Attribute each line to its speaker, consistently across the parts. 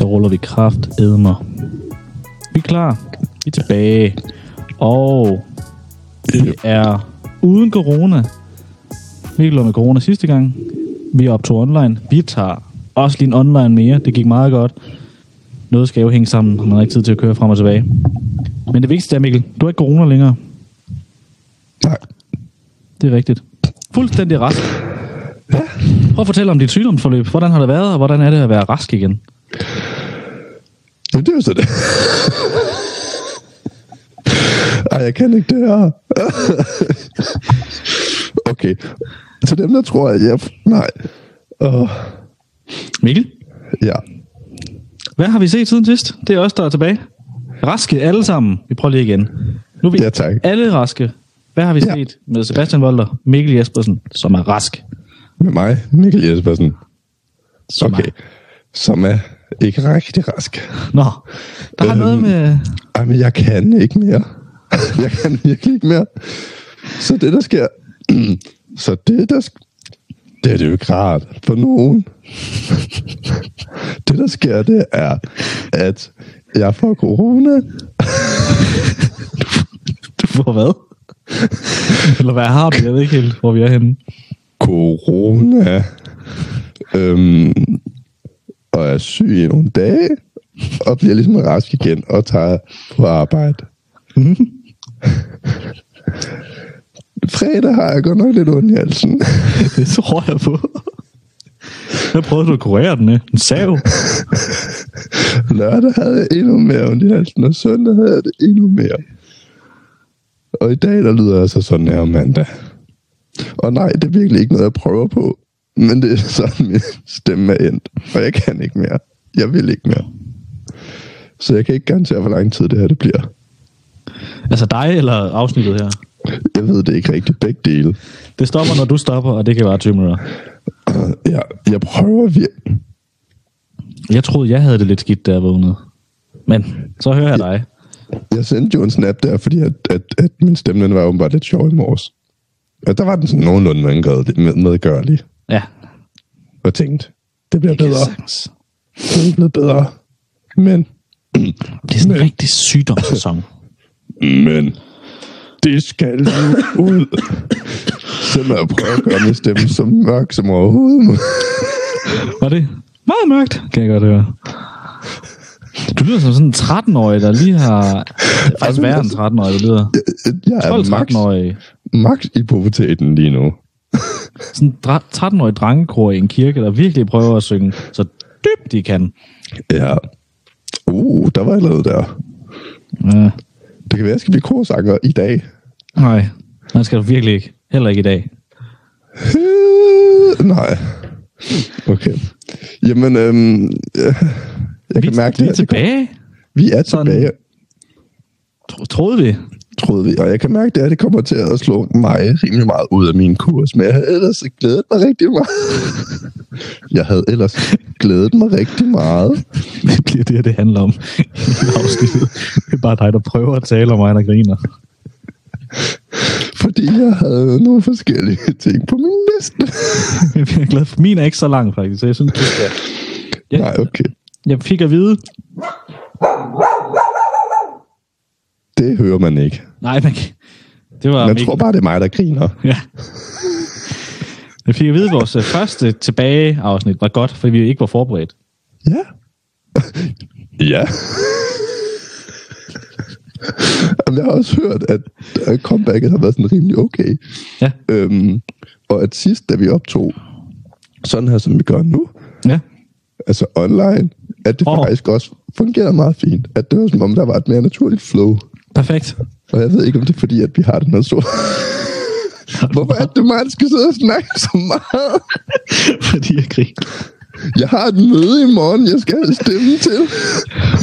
Speaker 1: ruller vi kraft edmer. Vi er klar. Vi er tilbage. Og vi er uden corona. Mikkel var med corona sidste gang. Vi optog online. Vi tager også lige en online mere. Det gik meget godt. Noget skal jo hænge sammen. Man har ikke tid til at køre frem og tilbage. Men det vigtigste er, Mikkel, du har ikke corona længere.
Speaker 2: Nej.
Speaker 1: Det er rigtigt. Fuldstændig rask. Prøv at fortælle om dit sygdomsforløb. Hvordan har det været, og hvordan er det at være rask igen?
Speaker 2: Jamen, det er jo så det. Ej, jeg kan ikke det her. okay. Til dem, der tror, at jeg... Nej. Uh,
Speaker 1: Mikkel,
Speaker 2: ja.
Speaker 1: hvad har vi set siden sidst? Det er os, der er tilbage. Raske alle sammen. Vi prøver lige igen. Nu er vi
Speaker 2: Ja, tak.
Speaker 1: alle raske. Hvad har vi
Speaker 2: Ja.
Speaker 1: ja. set med Sebastian Volter, Mikkel Jespersen, som er rask?
Speaker 2: Med mig, Mikkel Jespersen.
Speaker 1: Som
Speaker 2: okay.
Speaker 1: Er...
Speaker 2: Som er ikke rigtig rask.
Speaker 1: Nå, der har
Speaker 2: Øhm.
Speaker 1: noget med...
Speaker 2: Ej, men jeg kan ikke mere. jeg kan virkelig ikke mere. Så det, der sker... så det, der... Sk- det er det jo ikke rart for nogen. det, der sker, det er, at jeg får corona.
Speaker 1: Du får hvad? Eller hvad har du? Jeg ved ikke helt, hvor vi er henne.
Speaker 2: Corona. Øhm, og er syg i nogle dage, og bliver ligesom rask igen, og tager på arbejde. Fredag har jeg godt nok lidt ondt i halsen.
Speaker 1: Det tror jeg på. Hvad prøvede du at kurere den med? En sav?
Speaker 2: Lørdag havde jeg endnu mere ondt i halsen, og søndag havde jeg det endnu mere. Og i dag, der lyder jeg så sådan her om mandag. Og nej, det er virkelig ikke noget, jeg prøver på. Men det er sådan, min stemme er endt. Og jeg kan ikke mere. Jeg vil ikke mere. Så jeg kan ikke garantere, hvor lang tid det her det bliver.
Speaker 1: Altså dig eller afsnittet her?
Speaker 2: Jeg ved det ikke rigtig begge dele.
Speaker 1: Det stopper, når du stopper, og det kan være 20 minutter.
Speaker 2: Jeg, jeg prøver virkelig.
Speaker 1: Jeg troede, jeg havde det lidt skidt, da jeg vågnede. Men så hører jeg dig.
Speaker 2: Jeg sendte jo en snap der, fordi at, at, at min stemme den var åbenbart lidt sjov i morges. Og der var den sådan nogenlunde medgørlig- med- medgørlig.
Speaker 1: Ja.
Speaker 2: og tænkte, det bliver bedre,
Speaker 1: sagtens.
Speaker 2: det er blevet bedre. Men,
Speaker 1: Det er sådan en rigtig sygdomssæson.
Speaker 2: men, det skal nu ud. Så må jeg prøve at gøre min stemme så mørk som overhovedet. muligt.
Speaker 1: Var det meget mørkt, kan jeg godt høre. Du lyder som sådan en 13-årig, der lige har... Det er faktisk værre end 13-årig, du lyder.
Speaker 2: Jeg er max,
Speaker 1: 12-13-årig.
Speaker 2: max i puberteten lige nu.
Speaker 1: Sådan en dra- 13-årig drengekor i en kirke, der virkelig prøver at synge så dybt de kan.
Speaker 2: Ja. Uh, der var jeg lavet der.
Speaker 1: Ja.
Speaker 2: Det kan være, jeg skal blive korsanger i dag.
Speaker 1: Nej, man skal du virkelig ikke. Heller ikke i dag.
Speaker 2: Øh, Nej. Okay. Jamen, øhm, øh, jeg kan
Speaker 1: vi,
Speaker 2: mærke
Speaker 1: vi er
Speaker 2: det. her.
Speaker 1: tilbage,
Speaker 2: Vi er
Speaker 1: Sådan.
Speaker 2: tilbage.
Speaker 1: tro- troede vi.
Speaker 2: troede vi. Og jeg kan mærke, det at det kommer til at slå mig rimelig meget ud af min kurs, men jeg havde ellers glædet mig rigtig meget. Jeg havde ellers glædet mig rigtig meget.
Speaker 1: Det bliver det, her, det handler om. Afsnittet. det er bare dig, der prøver at tale om mig, der griner.
Speaker 2: Fordi jeg havde nogle forskellige ting på min liste.
Speaker 1: Jeg er glad for, min er ikke så lang, faktisk. Så jeg synes, det er... Ja.
Speaker 2: Nej, okay.
Speaker 1: Jeg fik at vide...
Speaker 2: Det hører man ikke.
Speaker 1: Nej, man kan... Det var
Speaker 2: Man
Speaker 1: Mikkel.
Speaker 2: tror bare, det er mig, der griner.
Speaker 1: Ja. Jeg fik at vide, at vores øh, første tilbage-afsnit var godt, fordi vi ikke var forberedt.
Speaker 2: Ja. Ja. Jamen, Jeg har også hørt, at at comebacket har været sådan rimelig okay.
Speaker 1: Ja.
Speaker 2: Øhm, og at sidst, da vi optog, sådan her, som vi gør nu,
Speaker 1: Ja.
Speaker 2: altså online, at det
Speaker 1: Åh.
Speaker 2: oh. faktisk også fungerede meget fint. At det var som om, der var et mere naturligt flow.
Speaker 1: Perfekt.
Speaker 2: Og jeg ved ikke, om det er fordi, at vi har den her så... Hvorfor er det mig, der skal sidde og snakke så meget?
Speaker 1: fordi jeg griner.
Speaker 2: Jeg har et møde i morgen, jeg skal have stemme til.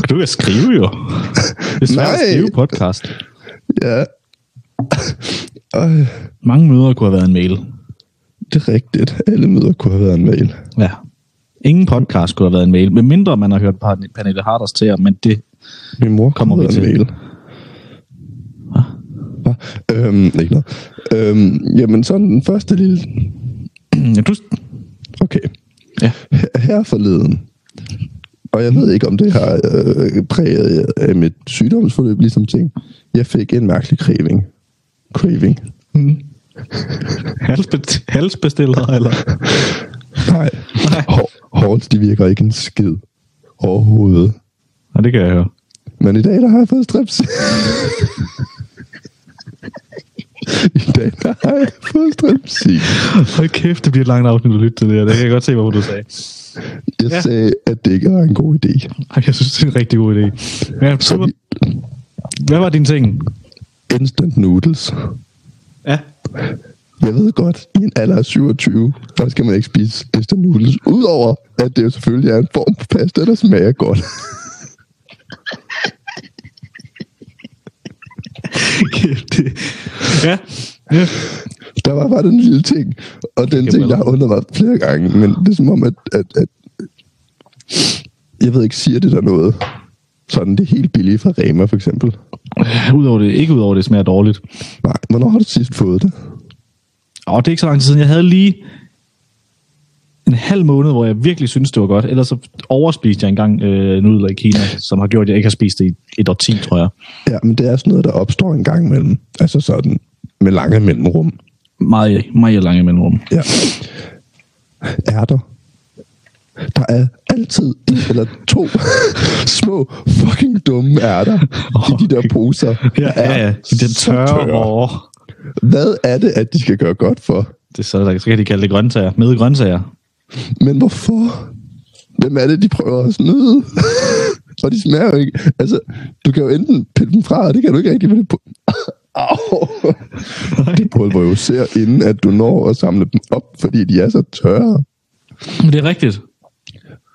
Speaker 1: Du kan skrive jo. Det er svært at
Speaker 2: Nej.
Speaker 1: skrive podcast.
Speaker 2: Ja. Øj,
Speaker 1: Mange møder kunne have været en mail.
Speaker 2: det er rigtigt. Alle møder kunne have været en mail.
Speaker 1: Ja. Ingen podcast kunne have været en mail, medmindre man har hørt Pan- Pernille Harders til jer, men det...
Speaker 2: Min mor
Speaker 1: Kommer
Speaker 2: kommer
Speaker 1: vi
Speaker 2: med en
Speaker 1: til.
Speaker 2: mail. Hva? Øhm, ikke noget. Øhm, jamen, sådan den første lille...
Speaker 1: Ja, du...
Speaker 2: Okay.
Speaker 1: Ja.
Speaker 2: Her forleden Og jeg ved ikke, om det har øh, præget øh, mit sygdomsforløb, ligesom ting. Jeg fik en mærkelig craving. Craving.
Speaker 1: Mm. Halsbe- halsbestiller, eller?
Speaker 2: Nej.
Speaker 1: Nej.
Speaker 2: Hår- Hårdt, de virker ikke en skid. Overhovedet.
Speaker 1: Nej, det kan jeg høre.
Speaker 2: Men i dag, der har jeg fået strips. I dag, der har jeg fået strips. i.
Speaker 1: Hold kæft, det bliver et langt afsnit at lytte til det her. Det kan jeg godt se, hvorfor du sagde.
Speaker 2: Jeg
Speaker 1: Ja.
Speaker 2: ja. sagde, at det ikke var en god idé.
Speaker 1: Ej, jeg synes, det er en rigtig god idé. Ja, super. Hvad var din ting?
Speaker 2: Instant noodles.
Speaker 1: Ja.
Speaker 2: Jeg ved godt, i en alder af 27, der skal man ikke spise instant noodles. Udover, at det jo selvfølgelig er en form for pasta, der smager godt.
Speaker 1: Kæft, det. Ja. ja.
Speaker 2: Der var bare den lille ting, og den
Speaker 1: Jamen,
Speaker 2: ting, jeg har undret mig flere gange, men det er som om, at, at, at jeg ved ikke, siger det der noget? Sådan det helt billige fra Rema, for eksempel.
Speaker 1: Udover det, ikke udover det smager dårligt.
Speaker 2: Nej, hvornår har du sidst fået det?
Speaker 1: Og det er ikke så lang tid siden. Jeg havde lige en halv måned, hvor jeg virkelig syntes, det var godt. Ellers så overspiste jeg engang øh, nudler i Kina, som har gjort, at jeg ikke har spist det i et årti, tror jeg.
Speaker 2: Ja, men det er sådan noget, der opstår en gang imellem. Altså sådan med lange mellemrum.
Speaker 1: Meget, meget lange mellemrum.
Speaker 2: Ja. Ærter. Der er altid en eller to små fucking dumme ærter i de der poser.
Speaker 1: Ja, ja, ja. I den
Speaker 2: så
Speaker 1: tørre år.
Speaker 2: Hvad er det, at de skal gøre godt for?
Speaker 1: Det er så, så kan de kalde det grøntsager. Med grøntsager.
Speaker 2: Men hvorfor? Hvem er det, de prøver at snyde? og de smager jo ikke. Altså, du kan jo enten pille dem fra, og det kan du ikke rigtig med det på. Au. Det pulver jo ser, inden at du når at samle dem op, fordi de er så tørre.
Speaker 1: Men det er rigtigt.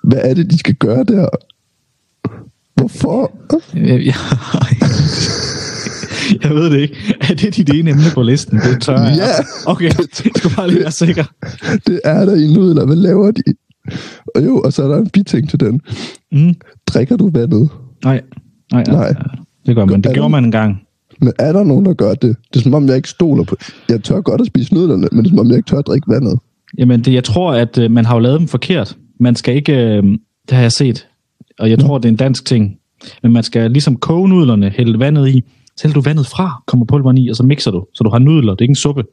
Speaker 2: Hvad er det, de skal gøre der? Hvorfor?
Speaker 1: Jeg, jeg, jeg ved det ikke. Er det dit ene emne på listen? Det er tørre.
Speaker 2: Ja.
Speaker 1: Okay, jeg skulle bare lige være sikker.
Speaker 2: Det er der i nudler. Hvad laver de? Og jo, og så er der en biting til den.
Speaker 1: Mm.
Speaker 2: Drikker du vandet?
Speaker 1: Nej. Nej, nej,
Speaker 2: Nej.
Speaker 1: nej. Det gør man.
Speaker 2: Er
Speaker 1: Det
Speaker 2: der-
Speaker 1: gjorde man engang.
Speaker 2: Men er der nogen, der gør det? Det er som om, jeg ikke stoler på... Jeg tør godt at spise nudlerne, men det er som om, jeg ikke tør at drikke vandet.
Speaker 1: Jamen, det, jeg tror, at øh, man har jo lavet dem forkert. Man skal ikke... Øh, det har jeg set. Og jeg tror, det er en dansk ting. Men man skal ligesom koge nudlerne, hælde vandet i. Så hælder du vandet fra, kommer pulveren i, og så mixer du. Så du har nudler. Det er ikke en suppe.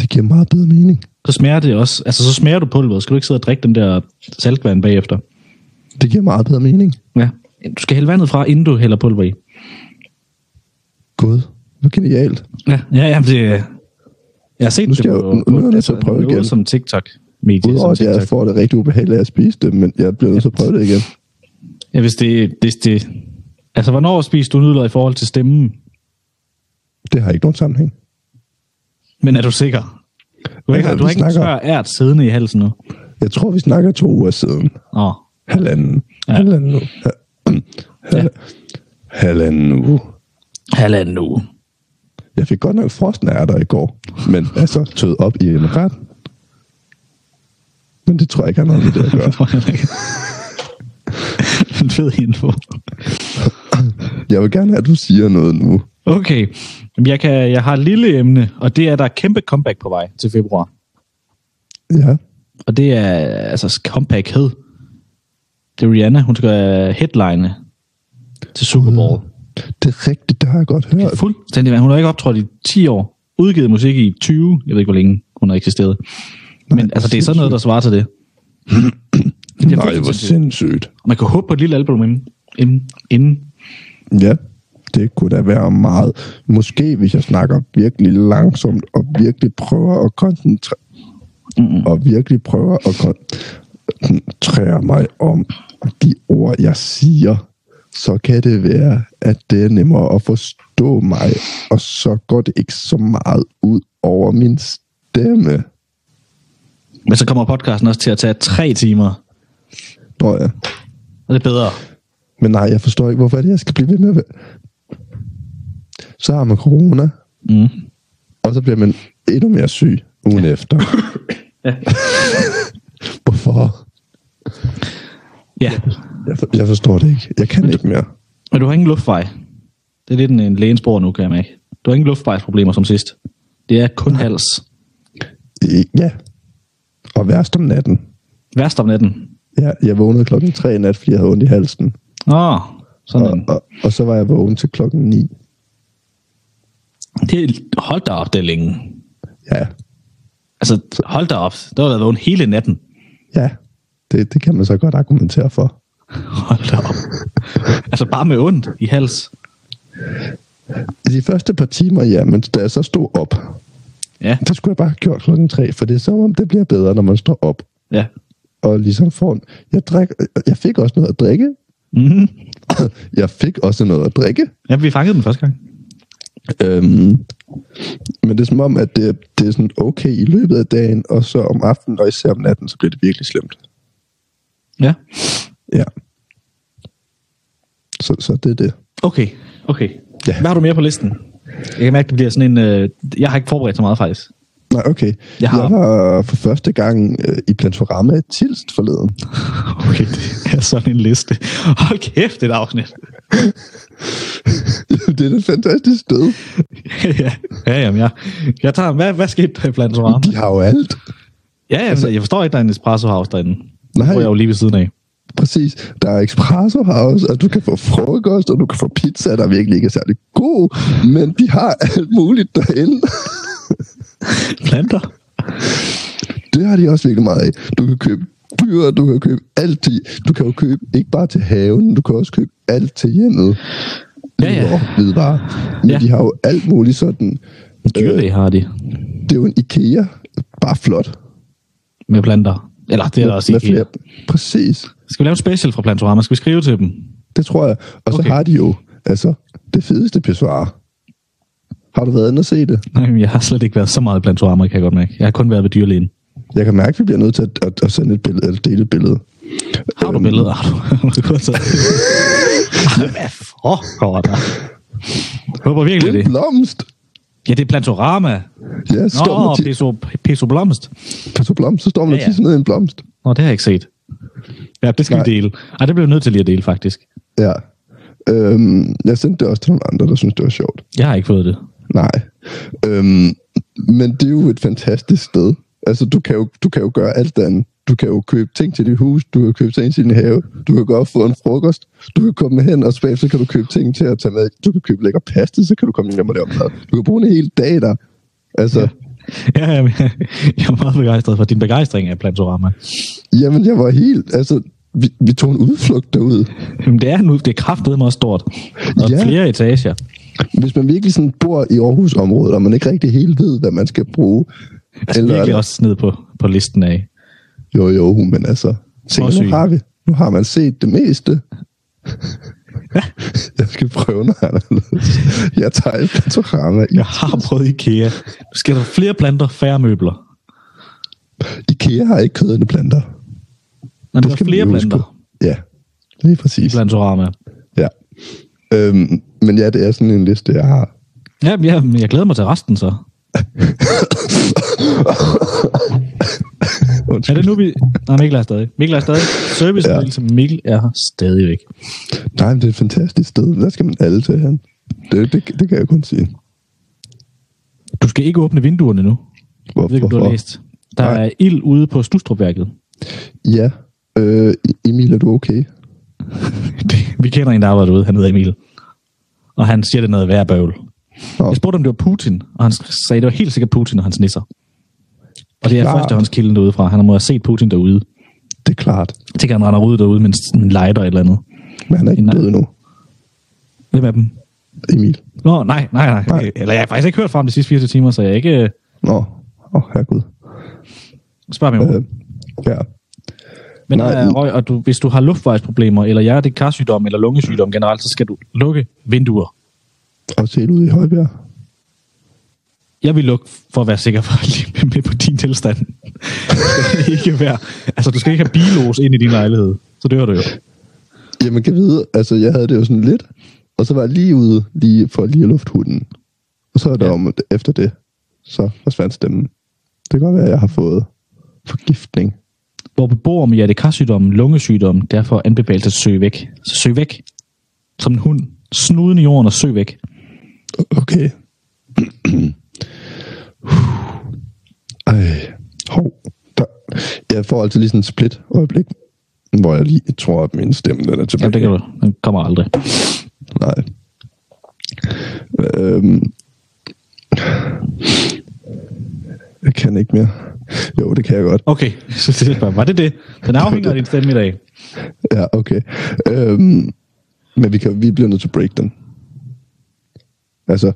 Speaker 2: Det giver meget bedre mening.
Speaker 1: Så smager det også. Altså, så smager du pulveret. Skal du ikke sidde og drikke den der saltvand bagefter?
Speaker 2: Det giver meget bedre mening.
Speaker 1: Ja. Du skal hælde vandet fra, inden du hælder pulver i.
Speaker 2: Gud, hvor genialt.
Speaker 1: Ja, ja, ja det, jeg har set
Speaker 2: Nu
Speaker 1: det altså,
Speaker 2: skal jeg jo- nu- nu er jeg nødt til at prøve
Speaker 1: noget
Speaker 2: igen.
Speaker 1: som TikTok-medie.
Speaker 2: Udover
Speaker 1: Som
Speaker 2: at jeg
Speaker 1: TikTok.
Speaker 2: får det rigtig ubehageligt at spise det, men jeg bliver nødt til at prøve det igen.
Speaker 1: Ja, hvis det, hvis det... Altså, hvornår spiser du nudler i forhold til stemmen?
Speaker 2: Det har ikke nogen sammenhæng.
Speaker 1: Men er du sikker? Du har ikke,
Speaker 2: Ja,
Speaker 1: du
Speaker 2: vi
Speaker 1: har ikke en tør
Speaker 2: snakker-
Speaker 1: ært siddende i halsen nu.
Speaker 2: Jeg tror, vi snakker to uger siden.
Speaker 1: Åh,
Speaker 2: Halvanden.
Speaker 1: Ja.
Speaker 2: Ja. Halvanden uge. Ha-
Speaker 1: Ja.
Speaker 2: Hal- Halvanden uge.
Speaker 1: halvanden uge.
Speaker 2: Jeg fik godt nok frosne ærter i går, men er så tød op i en ret. Men det tror jeg ikke har noget med det at gøre.
Speaker 1: en fed info.
Speaker 2: Jeg vil gerne have, at du siger noget nu.
Speaker 1: Okay, Jamen, jeg, kan, jeg har et lille emne, og det er, at der er kæmpe comeback på vej til februar.
Speaker 2: Ja.
Speaker 1: Og det er altså comeback hed. Det er Rihanna, hun skal øh, headline til Super
Speaker 2: Mm.
Speaker 1: Bowl.
Speaker 2: Det er rigtigt, det har jeg godt hørt.
Speaker 1: Fuldstændig vand. Hun har ikke optrådt i 10 år. Udgivet musik i 20. Jeg ved ikke, hvor længe hun har eksisteret. Men
Speaker 2: Nej,
Speaker 1: altså, det er sådan noget, der svarer til det. det er
Speaker 2: Nej, hvor
Speaker 1: fuldstændig-
Speaker 2: sindssygt.
Speaker 1: Og Man kan håbe på et lille album inden. inden, inden.
Speaker 2: Ja, det kunne da være meget. Måske hvis jeg snakker virkelig langsomt og virkelig prøver at koncentrere mm. og virkelig prøver at koncentrere mig om de ord, jeg siger, så kan det være, at det er nemmere at forstå mig, og så går det ikke så meget ud over min stemme.
Speaker 1: Men så kommer podcasten også til at tage tre timer.
Speaker 2: Nå ja.
Speaker 1: Og det er bedre.
Speaker 2: Men nej, jeg forstår ikke, hvorfor er det, jeg skal blive ved med at være- Så har man corona,
Speaker 1: Mm.
Speaker 2: Og så bliver man endnu mere syg ugen ja. efter.
Speaker 1: Ja.
Speaker 2: Hvorfor?
Speaker 1: Ja.
Speaker 2: Jeg, for, jeg forstår det ikke. Jeg kan ikke mere.
Speaker 1: Men du har ingen luftvej. Det er lidt en, en lægens bord nu, kan jeg mærke. Du har ingen luftvejsproblemer som sidst. Det er kun hals.
Speaker 2: Øh, Ja. Og værst om natten.
Speaker 1: Værst om natten.
Speaker 2: Ja, jeg vågnede klokken 3 i nat, fordi jeg havde ondt i halsen.
Speaker 1: Nå, sådan.
Speaker 2: Og, og, og så var jeg vågen til klokken 9.
Speaker 1: Det, hold da op, det er længe.
Speaker 2: Ja,
Speaker 1: Altså, hold da op. Der var der vågen hele natten.
Speaker 2: ja. Det, det kan man så godt argumentere for.
Speaker 1: Hold da op. altså, bare med ondt i hals.
Speaker 2: I de første par timer, ja, men da jeg så stod op,
Speaker 1: Ja,
Speaker 2: det skulle jeg bare have gjort klokken 3, for det er som om, det bliver bedre, når man står op.
Speaker 1: ja.
Speaker 2: Og ligesom får en, jeg, drik, jeg fik også noget at drikke.
Speaker 1: Mm-hmm.
Speaker 2: Jeg fik også noget at drikke.
Speaker 1: Ja, vi fangede den første gang.
Speaker 2: Øhm, men det er som om, at det, det er sådan okay i løbet af dagen, og så om aftenen, og især om natten, så bliver det virkelig slemt.
Speaker 1: Ja.
Speaker 2: Ja. Så, så det er det.
Speaker 1: Okay, okay.
Speaker 2: Ja.
Speaker 1: Hvad har du mere på listen? Jeg kan mærke, det bliver sådan en... Øh, jeg har ikke forberedt så meget, faktisk.
Speaker 2: Nej, okay.
Speaker 1: Jeg har-
Speaker 2: Jeg var for første gang øh, i Plantorama i Tilst forleden.
Speaker 1: Okay, det er sådan en liste. Hold kæft, det er et afsnit.
Speaker 2: det er da et fantastisk sted.
Speaker 1: ja, ja, jamen, jeg, jeg tager... Hvad, hvad skete der i blandt så meget?
Speaker 2: De har jo alt.
Speaker 1: Ja, jamen, altså, jeg forstår ikke, der er en espresso house derinde.
Speaker 2: Nej.
Speaker 1: Nej. Hvor jeg jo lige ved siden af.
Speaker 2: Præcis. Der er Espresso House, og du kan få frokost, og du kan få pizza, der virkelig ikke er særlig god, men de har alt muligt derinde.
Speaker 1: Planter?
Speaker 2: Det har de også virkelig meget af. Du kan købe dyr, du kan købe alt til. Du kan jo købe ikke bare til haven, du kan også købe alt til hjemmet.
Speaker 1: Ja, ja.
Speaker 2: Lidevarer, Hvidevarer. Men
Speaker 1: Ja.
Speaker 2: ja. de har jo alt muligt sådan.
Speaker 1: Dyrlæge har de.
Speaker 2: Det er jo en IKEA, bare flot.
Speaker 1: Med planter. Eller det er der også
Speaker 2: Med
Speaker 1: ikke.
Speaker 2: flere. Præcis.
Speaker 1: Skal vi lave en special fra Plantorama? Skal vi skrive til dem?
Speaker 2: Det tror jeg. Og så
Speaker 1: Okay.
Speaker 2: har de jo altså det fedeste pissoir. Har du været inde og se det?
Speaker 1: Nej, men jeg har slet ikke været så meget i Plantorama, kan jeg godt mærke. Jeg har kun været ved dyrlægen.
Speaker 2: Jeg kan mærke, at vi bliver nødt til at, at, at sende et billede, eller dele et billede.
Speaker 1: Har du billeder? Har du? Har du gået så? Ej, Hvad foregår der? Jeg håber virkelig det.
Speaker 2: Øhm, En blomst!
Speaker 1: Ja, det er Plantorama.
Speaker 2: Ja, så står man
Speaker 1: Nå,
Speaker 2: og ti-
Speaker 1: Peso, Peso Blomst.
Speaker 2: på blomst, så står man
Speaker 1: Ja,
Speaker 2: og
Speaker 1: ja.
Speaker 2: tisser ned i en blomst.
Speaker 1: Nå, det har jeg ikke set. Ja, det skal Nej.
Speaker 2: Nej.
Speaker 1: vi dele. Ej, det bliver vi nødt til lige at dele, faktisk.
Speaker 2: Ja. Øhm, jeg sendte det også til nogle andre, der synes det var sjovt.
Speaker 1: Jeg har ikke fået det.
Speaker 2: Nej. Øhm, men det er jo et fantastisk sted. Altså, du kan, jo, du kan jo gøre alt andet. Du kan jo købe ting til dit hus, du kan købe ting til din have, du kan gå og få en frokost, du kan komme hen, og så bagefter kan du købe ting til at tage med. Du kan købe lækker pasta, så kan du komme hjem og lave mad. Du kan bruge en hel dag der. Altså, ja.
Speaker 1: Ja, jamen, jeg er meget begejstret for din begejstring af Plantorama.
Speaker 2: jamen jeg var helt, altså, vi, vi tog en udflugt derud.
Speaker 1: Jamen, det er nu, det er kraftedeme også stort. Og ja.
Speaker 2: Ja.
Speaker 1: flere etager.
Speaker 2: Hvis man virkelig sådan bor i Aarhus-området, og man ikke rigtig helt ved, hvad man skal bruge,
Speaker 1: Altså, virkelig også ned på, på listen af.
Speaker 2: Jo, jo, men altså... Tænk,
Speaker 1: Småsyge.
Speaker 2: nu har vi. Nu har man set det meste. jeg skal prøve noget anderledes. Jeg tager et panorama. I
Speaker 1: Jeg har prøvet IKEA. Nu skal der flere planter, færre møbler.
Speaker 2: IKEA har ikke kødende planter.
Speaker 1: Når der er
Speaker 2: man
Speaker 1: flere
Speaker 2: jo huske.
Speaker 1: planter
Speaker 2: Ja, lige
Speaker 1: i
Speaker 2: præcis.
Speaker 1: Plantorama.
Speaker 2: Ja. Øhm, men ja, det er sådan en liste, jeg har.
Speaker 1: Jamen, jeg, jeg glæder mig til resten så. Er
Speaker 2: Undskyld.
Speaker 1: det nu, vi... Nej, Mikkel er stadig. Mikkel er stadig. Service ja. til Mikkel er her stadigvæk.
Speaker 2: Nej, men det er et fantastisk sted. Der skal man alle til hen. Det, det, det kan jeg kun sige.
Speaker 1: Du skal ikke åbne vinduerne nu. Jeg
Speaker 2: Hvor,
Speaker 1: ved ikke, om du har læst. Der
Speaker 2: Nej.
Speaker 1: er ild ude på Stustrupværket.
Speaker 2: Ja. Øh, Emil, er du okay?
Speaker 1: Det- Vi kender en, der arbejder ude. Han hedder Emil. Og han siger, det er noget værre bøvl.
Speaker 2: Nå.
Speaker 1: Jeg spurgte, om det var Putin, og han sagde, det var helt sikkert Putin og hans nisser. Og det er
Speaker 2: Klart.
Speaker 1: førstehåndskilden derude fra. Han må have set Putin derude.
Speaker 2: Det er klart.
Speaker 1: Jeg tænker, han render ud derude med en s- en lighter eller et eller andet.
Speaker 2: Men han er ikke
Speaker 1: Nej.
Speaker 2: død endnu.
Speaker 1: Hvem af dem?
Speaker 2: Emil.
Speaker 1: Nå, nej, nej, nej.
Speaker 2: Nej.
Speaker 1: Eller jeg har faktisk ikke hørt fra ham de sidste 24 timer, så jeg er ikke... øh,
Speaker 2: Nå, åh, oh, herregud.
Speaker 1: Spørg mig om
Speaker 2: Øh, ja.
Speaker 1: Men
Speaker 2: Nej,
Speaker 1: der er røg, og du, hvis du har luftvejsproblemer, eller hjertekarsygdom, eller lungesygdom generelt, så skal du lukke vinduer.
Speaker 2: Og se ud i Højbjerg.
Speaker 1: Jeg vil lukke for at være sikker på, at lige med- med på din tilstand. Det skal ikke være, altså, du skal ikke have bilås ind i din lejlighed. Så dør du jo.
Speaker 2: Jamen, kan vide, altså jeg havde det jo sådan lidt, og så var jeg lige ude lige for lige at lufte hunden. Og så er der
Speaker 1: Ja.
Speaker 2: ja. om, at efter det, så forsvandt stemmen. Det kan godt være, at jeg har fået forgiftning.
Speaker 1: Hvor beboere med hjertekarsygdom, lungesygdom, derfor anbefales at søge væk. Så søg væk. Som en hund. Snuden i jorden og søg væk.
Speaker 2: Okay. Ej, hov. Der. Jeg får altid lige sådan en split øjeblik, hvor jeg lige tror, at min stemme den er tilbage.
Speaker 1: Jamen, det kan du. Den kommer aldrig.
Speaker 2: Nej. Øhm. Jeg kan ikke mere. Jo, det kan jeg godt.
Speaker 1: Okay, så det er bare, var det det? Den afhænger af din stemme i dag.
Speaker 2: Ja, okay. Øhm. Men vi, kan, vi bliver nødt til at break den. Altså,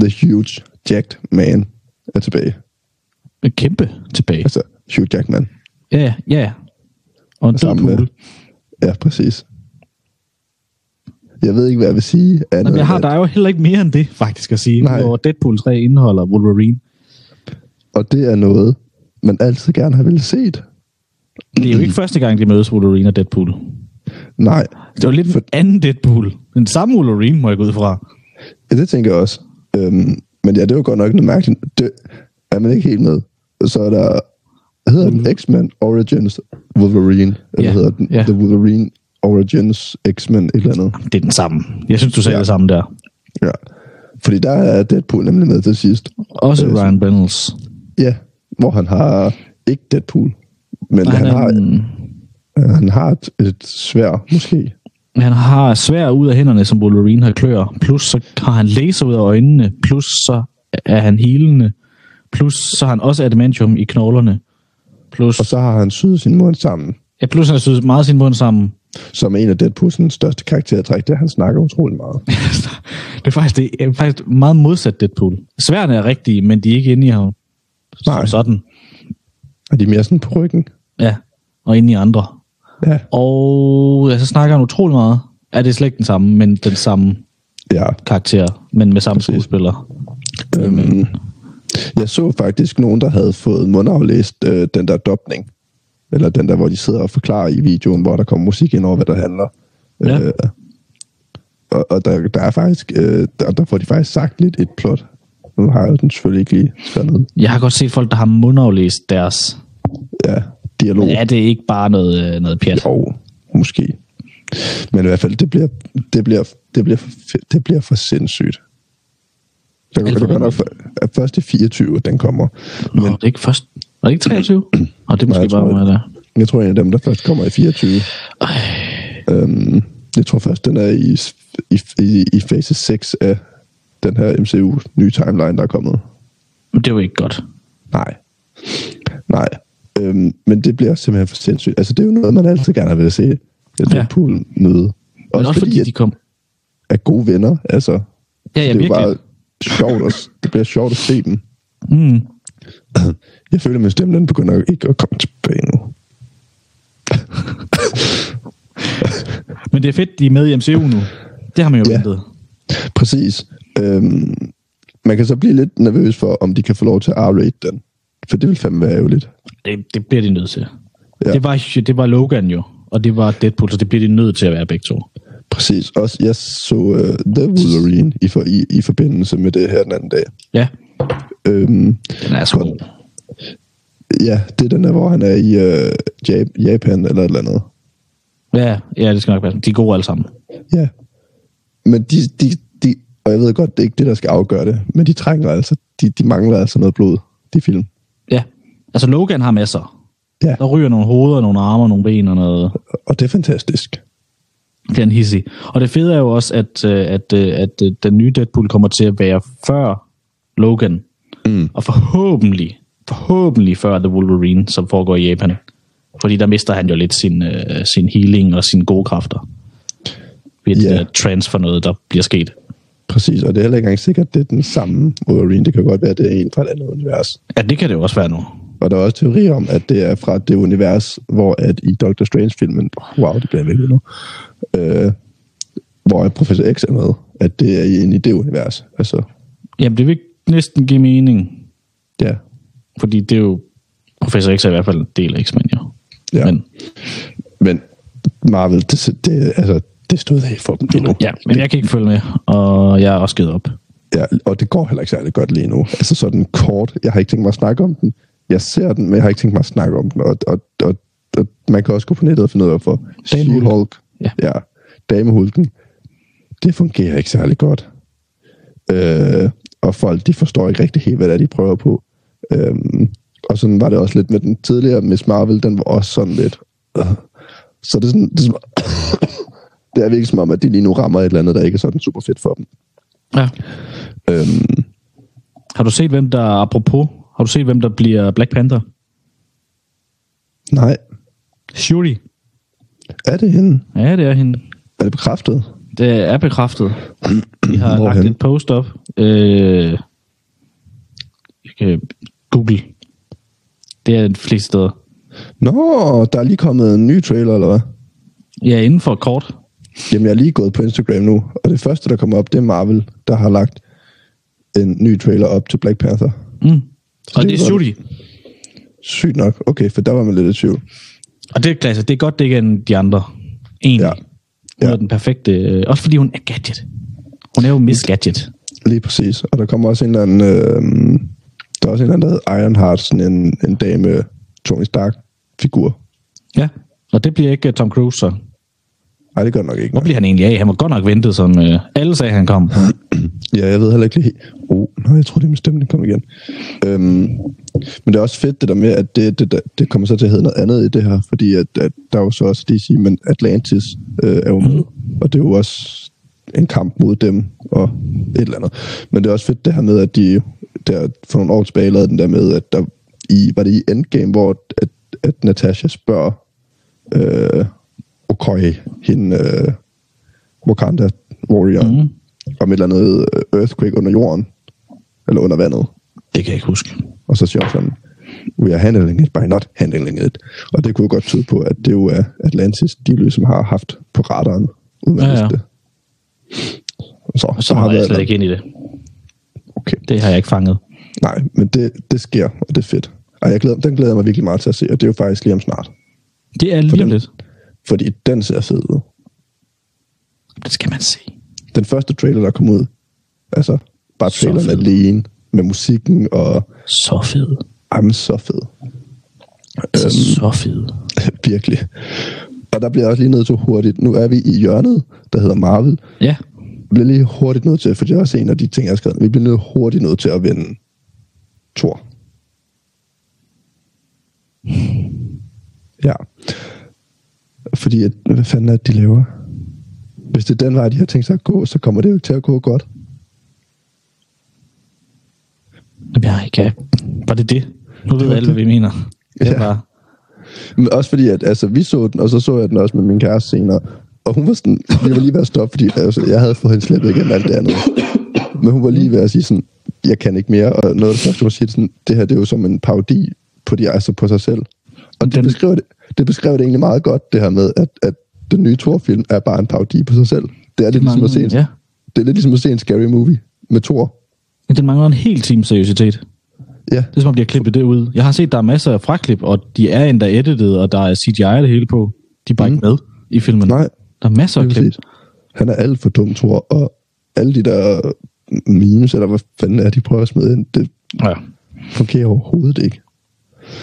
Speaker 2: The Huge Jacked Man er tilbage.
Speaker 1: En kæmpe tilbage.
Speaker 2: Altså, Hugh Jackman.
Speaker 1: Ja, ja, ja, ja. Og en død
Speaker 2: Sammen med.
Speaker 1: pool.
Speaker 2: Ja, præcis. Jeg ved ikke, hvad jeg vil sige. Andet,
Speaker 1: Jamen, Altså, jeg har,
Speaker 2: end
Speaker 1: der
Speaker 2: at-
Speaker 1: er jo heller ikke mere end det, faktisk at sige,
Speaker 2: Nej.
Speaker 1: hvor Deadpool 3 indeholder Wolverine.
Speaker 2: Og det er noget, man altid gerne har ville set.
Speaker 1: Det er jo ikke første gang, de mødes Wolverine og Deadpool.
Speaker 2: Nej,
Speaker 1: Det var lidt
Speaker 2: For-
Speaker 1: en anden Deadpool. Den samme Wolverine, må jeg gå ud fra.
Speaker 2: ja, det tænker jeg også. Øhm, men ja, det var godt nok noget mærkeligt. Det er man ikke helt med. Så er der, hedder den X-Men Origins Wolverine? Eller
Speaker 1: Mm. Ja,
Speaker 2: hedder den
Speaker 1: ja.
Speaker 2: The Wolverine Origins X-Men et eller andet?
Speaker 1: Det er den samme. Jeg synes, du sagde
Speaker 2: Ja.
Speaker 1: ja. det samme der.
Speaker 2: Ja. Fordi der er Deadpool nemlig med til sidst.
Speaker 1: Også
Speaker 2: Øh,
Speaker 1: Ryan Reynolds.
Speaker 2: Ja, hvor han har ikke Deadpool, men han,
Speaker 1: er
Speaker 2: har,
Speaker 1: en-
Speaker 2: han har et, et svær, måske.
Speaker 1: Han har svær ud af hænderne, som Wolverine har klør. Plus så har han laser ud af øjnene. Plus så er han helende. Plus så har han også adamantium i knoglerne. Plus,
Speaker 2: Og så har han syet sin mund sammen,
Speaker 1: ja, plus han har syet meget sin mund sammen.
Speaker 2: som er en af Deadpools største karaktertræk. Det er, han snakker utrolig meget.
Speaker 1: det er faktisk, det er faktisk meget modsat Deadpool. Sværene er rigtige, men de er ikke inde i ham. Som
Speaker 2: Nej.
Speaker 1: Sådan.
Speaker 2: Og de er mere sådan på ryggen.
Speaker 1: Ja. Og inde i andre.
Speaker 2: Ja.
Speaker 1: Og ja, så snakker han utrolig meget. Ja, det er slet ikke den samme, men den samme
Speaker 2: ja.
Speaker 1: karakter, men med samme
Speaker 2: Præcis.
Speaker 1: skuespiller.
Speaker 2: Øhm, jeg så faktisk nogen, der havde fået mundaflæst øh, den der dobning. Eller den der, hvor de sidder og forklarer i videoen, hvor der kommer musik ind over, hvad der handler.
Speaker 1: Ja.
Speaker 2: Øh, og og der, der er faktisk, øh, der, der får de faktisk sagt lidt et plot. Nu har jeg jo den selvfølgelig ikke lige skrevet ned.
Speaker 1: Jeg har godt set folk, der har mundaflæst deres
Speaker 2: Ja, dialog.
Speaker 1: Men er det ikke bare noget, øh, noget pjat?
Speaker 2: Jo, måske. Men i hvert fald, det bliver, det bliver, det bliver, for- det bliver for sindssygt. Der går,
Speaker 1: Alt for
Speaker 2: det går nok for- at først i 24, den kommer. Men
Speaker 1: Nå, det er ikke først... Var det ikke 23? Og det er
Speaker 2: Nej,
Speaker 1: måske
Speaker 2: jeg tror
Speaker 1: bare,
Speaker 2: ikke.
Speaker 1: hvad det er.
Speaker 2: jeg tror, en af dem, der først kommer i 24. Øhm, jeg tror først, den er i, i, i, i fase 6 af den her MCU nye timeline, der er kommet.
Speaker 1: Men det er jo ikke godt.
Speaker 2: Nej. Nej. Øhm, men det bliver simpelthen for sindssygt. Altså, det er jo noget, man altid gerne vil se. Et
Speaker 1: Ja.
Speaker 2: ja. pool-møde.
Speaker 1: Men også, også fordi,
Speaker 2: at-
Speaker 1: de kom...
Speaker 2: er gode venner. Altså,
Speaker 1: Ja, ja,
Speaker 2: det er
Speaker 1: virkelig.
Speaker 2: bare sjovt at, det bliver sjovt at se dem.
Speaker 1: Mm.
Speaker 2: Jeg føler, at min stemme den begynder ikke at komme tilbage nu.
Speaker 1: Men det er fedt, de er med i MCU nu. Det har man jo
Speaker 2: Ja.
Speaker 1: ventet.
Speaker 2: Præcis. Øhm, man kan så blive lidt nervøs for, om de kan få lov til at rate den. For det vil fandme være ærgerligt.
Speaker 1: Det, det bliver de nødt til.
Speaker 2: Ja.
Speaker 1: Ja. Det, var, det var Logan jo, og det var Deadpool, så det bliver de nødt til at være begge to.
Speaker 2: Præcis. Også jeg så uh, The Wolverine i, for, i, i forbindelse med det her den anden dag.
Speaker 1: Ja,
Speaker 2: Øhm,
Speaker 1: den er så god.
Speaker 2: ja, det er den der, hvor han er i uh, Ja- Japan eller et eller andet.
Speaker 1: Ja, ja, det skal nok passe. De er gode alle sammen.
Speaker 2: Ja. Men de, de, de, og jeg ved godt, det er ikke det, der skal afgøre det, men de trænger altså, de, de mangler altså noget blod, de film.
Speaker 1: Ja. Altså, Logan har masser.
Speaker 2: Ja,
Speaker 1: Der ryger nogle hoveder, nogle arme, nogle ben og noget.
Speaker 2: og det er fantastisk.
Speaker 1: Det er en hissig. Og det fede er jo også, at, øh, at, øh, at øh, den nye Deadpool kommer til at være før Logan. Mm. Og forhåbentlig, forhåbentlig før The Wolverine, som foregår i Japan. Fordi der mister han jo lidt sin, øh, sin healing og sine gode kræfter. Ved et
Speaker 2: Ja.
Speaker 1: yeah. transfer noget, der bliver sket.
Speaker 2: Præcis, og det er heller ikke engang sikkert, det er den samme Wolverine. Det kan godt være, at det er en fra et andet univers.
Speaker 1: Ja, det kan det jo også være nu.
Speaker 2: Og der er også teorier om, at det er fra det univers, hvor at i Doctor Strange-filmen, wow, det bliver virkelig nu, øh, hvor Professor X er med, at det er inde i det univers. Altså,
Speaker 1: Jamen, det vil næsten give mening.
Speaker 2: ja.
Speaker 1: Fordi det er jo... Professor X er i hvert fald en del af X-Men, jo.
Speaker 2: Ja.
Speaker 1: Men,
Speaker 2: Men Marvel, det, det, altså, det stod af for dem endnu.
Speaker 1: ja, men jeg kan ikke følge med, og jeg er også givet op.
Speaker 2: Ja, og det går heller ikke særlig godt lige nu. Altså sådan kort, jeg har ikke tænkt mig at snakke om den. Jeg ser den, men jeg har ikke tænkt mig at snakke om den. Og, og, og, og man kan også gå på nettet og finde ud af, for
Speaker 1: Damehulk.
Speaker 2: She-Hulk,
Speaker 1: Ja.
Speaker 2: ja, damehulken, det fungerer ikke særlig godt. Øh, og folk, de forstår ikke rigtig helt, hvad det er, de prøver på. Øhm, og sådan var det også lidt med den tidligere Miss Marvel, den var også sådan lidt, Så det er, sådan, det, er, som- det er virkelig som om, at de lige nu rammer et eller andet, der ikke er sådan super fedt for dem.
Speaker 1: Ja.
Speaker 2: Øhm,
Speaker 1: Har du set, hvem der, apropos, har du set, hvem der bliver Black Panther?
Speaker 2: nej.
Speaker 1: Shuri.
Speaker 2: Er det hende?
Speaker 1: Ja, det er hende.
Speaker 2: Er det bekræftet?
Speaker 1: Det er bekræftet. Vi har
Speaker 2: Hvorhen?
Speaker 1: lagt et post op. Øh, jeg kan Google. Det er et flest steder.
Speaker 2: Nå, der er lige kommet en ny trailer, eller hvad?
Speaker 1: Ja, inden for kort.
Speaker 2: Jamen, jeg er lige gået på Instagram nu, og det første, der kommer op, det er Marvel, der har lagt en ny trailer op til Black Panther.
Speaker 1: Mm. Og
Speaker 2: det
Speaker 1: det er
Speaker 2: er godt.
Speaker 1: Shuri.
Speaker 2: Sygt nok. Okay, for der var man lidt i tvivl.
Speaker 1: Og det er klasse. Det er godt, det ikke er en- de andre. Egentlig. Ja.
Speaker 2: Ja.
Speaker 1: Hun
Speaker 2: Ja.
Speaker 1: er den perfekte. øh, Også fordi hun er gadget. Hun er jo Miss
Speaker 2: Mm.
Speaker 1: Gadget.
Speaker 2: Lige præcis. Og der kommer også en eller anden... Øh, der er også en eller anden, der hedder Ironheart, sådan en, en dame Tony Stark-figur.
Speaker 1: Ja. Og det bliver ikke øh, Tom Cruise, så.
Speaker 2: Nej, det gør det nok ikke.
Speaker 1: Hvor bliver han egentlig af? Han var godt nok ventet, som øh, alle sagde, han kom.
Speaker 2: Ja, jeg ved heller ikke lige... Oh, nej, jeg tror, det er min stemme, den kom igen. Øhm, men det er også fedt det der med, at det, det, der- det kommer så til at hedde noget andet i det her, fordi at, at der er jo så også DC, men Atlantis øh, er jo med, og det er jo også en kamp mod dem og et eller andet. Men det er også fedt det her med, at de der for nogle år tilbage lavede den der med, at der i, var det i Endgame, hvor at, at Natasha spørger øh, Okoye, hende øh, Wakanda Warrior,
Speaker 1: Mhm.
Speaker 2: mm. om et eller andet øh, earthquake under jorden, eller under vandet.
Speaker 1: Det kan jeg ikke huske.
Speaker 2: Og så siger hun sådan, we are handling it by not handling it. Og det kunne jo godt tyde på, at det jo er Atlantis, de ligesom har haft på radaren, uden at
Speaker 1: Ja,
Speaker 2: ja, ja.
Speaker 1: ja.
Speaker 2: det. Så,
Speaker 1: Og så har jeg slet ikke ind i det.
Speaker 2: Okay.
Speaker 1: Det har jeg ikke fanget.
Speaker 2: Nej, men det, det sker, og det er fedt. Og jeg glæder, den glæder jeg mig virkelig meget til at se, og det er jo faktisk lige om snart.
Speaker 1: Det er lige om
Speaker 2: den-
Speaker 1: lidt.
Speaker 2: Fordi den ser fed ud.
Speaker 1: Det skal man se.
Speaker 2: Den første trailer, der kom ud, altså bare
Speaker 1: Så
Speaker 2: traileren
Speaker 1: fed.
Speaker 2: alene, med musikken, og
Speaker 1: Så fed.
Speaker 2: I'm så fed.
Speaker 1: Altså,
Speaker 2: Øhm.
Speaker 1: så fed.
Speaker 2: Virkelig. Og der bliver jeg også lige nødt til hurtigt. Nu er vi i hjørnet, der hedder Marvel.
Speaker 1: Ja.
Speaker 2: Jeg bliver lige hurtigt nødt til, for det er også en af de ting, jeg har skrevet. Vi bliver nødt hurtigt nødt til at vende Thor. Ja. Fordi, at, hvad fanden er det, de laver? Hvis det er den vej, de har tænkt sig at gå, så kommer det jo ikke til at gå godt.
Speaker 1: Jamen, jeg kan. Var det det? Nu ved alle, hvad vi mener. Det
Speaker 2: Ja.
Speaker 1: var
Speaker 2: Men også fordi, at altså, vi så den, og så så jeg den også med min kæreste senere. Og hun var sådan, vi var lige ved at stoppe, fordi altså, jeg havde fået hende slettet igennem alt det andet. Men hun var lige ved at sige sådan, jeg kan ikke mere. Og noget af det første, hun siger, sådan, det her det er jo som en parodi på, de, altså på sig selv. Og det,
Speaker 1: Den-
Speaker 2: beskrev det, det beskrev det egentlig meget godt, det her med, at, at den nye Thor-film er bare en parodi på sig selv. Det er, lidt, ligesom at se en,
Speaker 1: ja.
Speaker 2: det er lidt ligesom at se en scary movie med Thor.
Speaker 1: Men den mangler en hel time seriøsitet.
Speaker 2: Ja,
Speaker 1: Det er som om, de har klippet det ud. Jeg har set, der er masser af fraklip, og de er endda edited, og der er CGI og det hele på. De er bare ikke med i filmen.
Speaker 2: Nej.
Speaker 1: Der Mm. er masser af
Speaker 2: Lige
Speaker 1: klip.
Speaker 2: præcis. Han er alt for dum, tror jeg, og alle de der memes, eller hvad fanden er, de prøver at smide ind, det
Speaker 1: Ja.
Speaker 2: fungerer overhovedet ikke.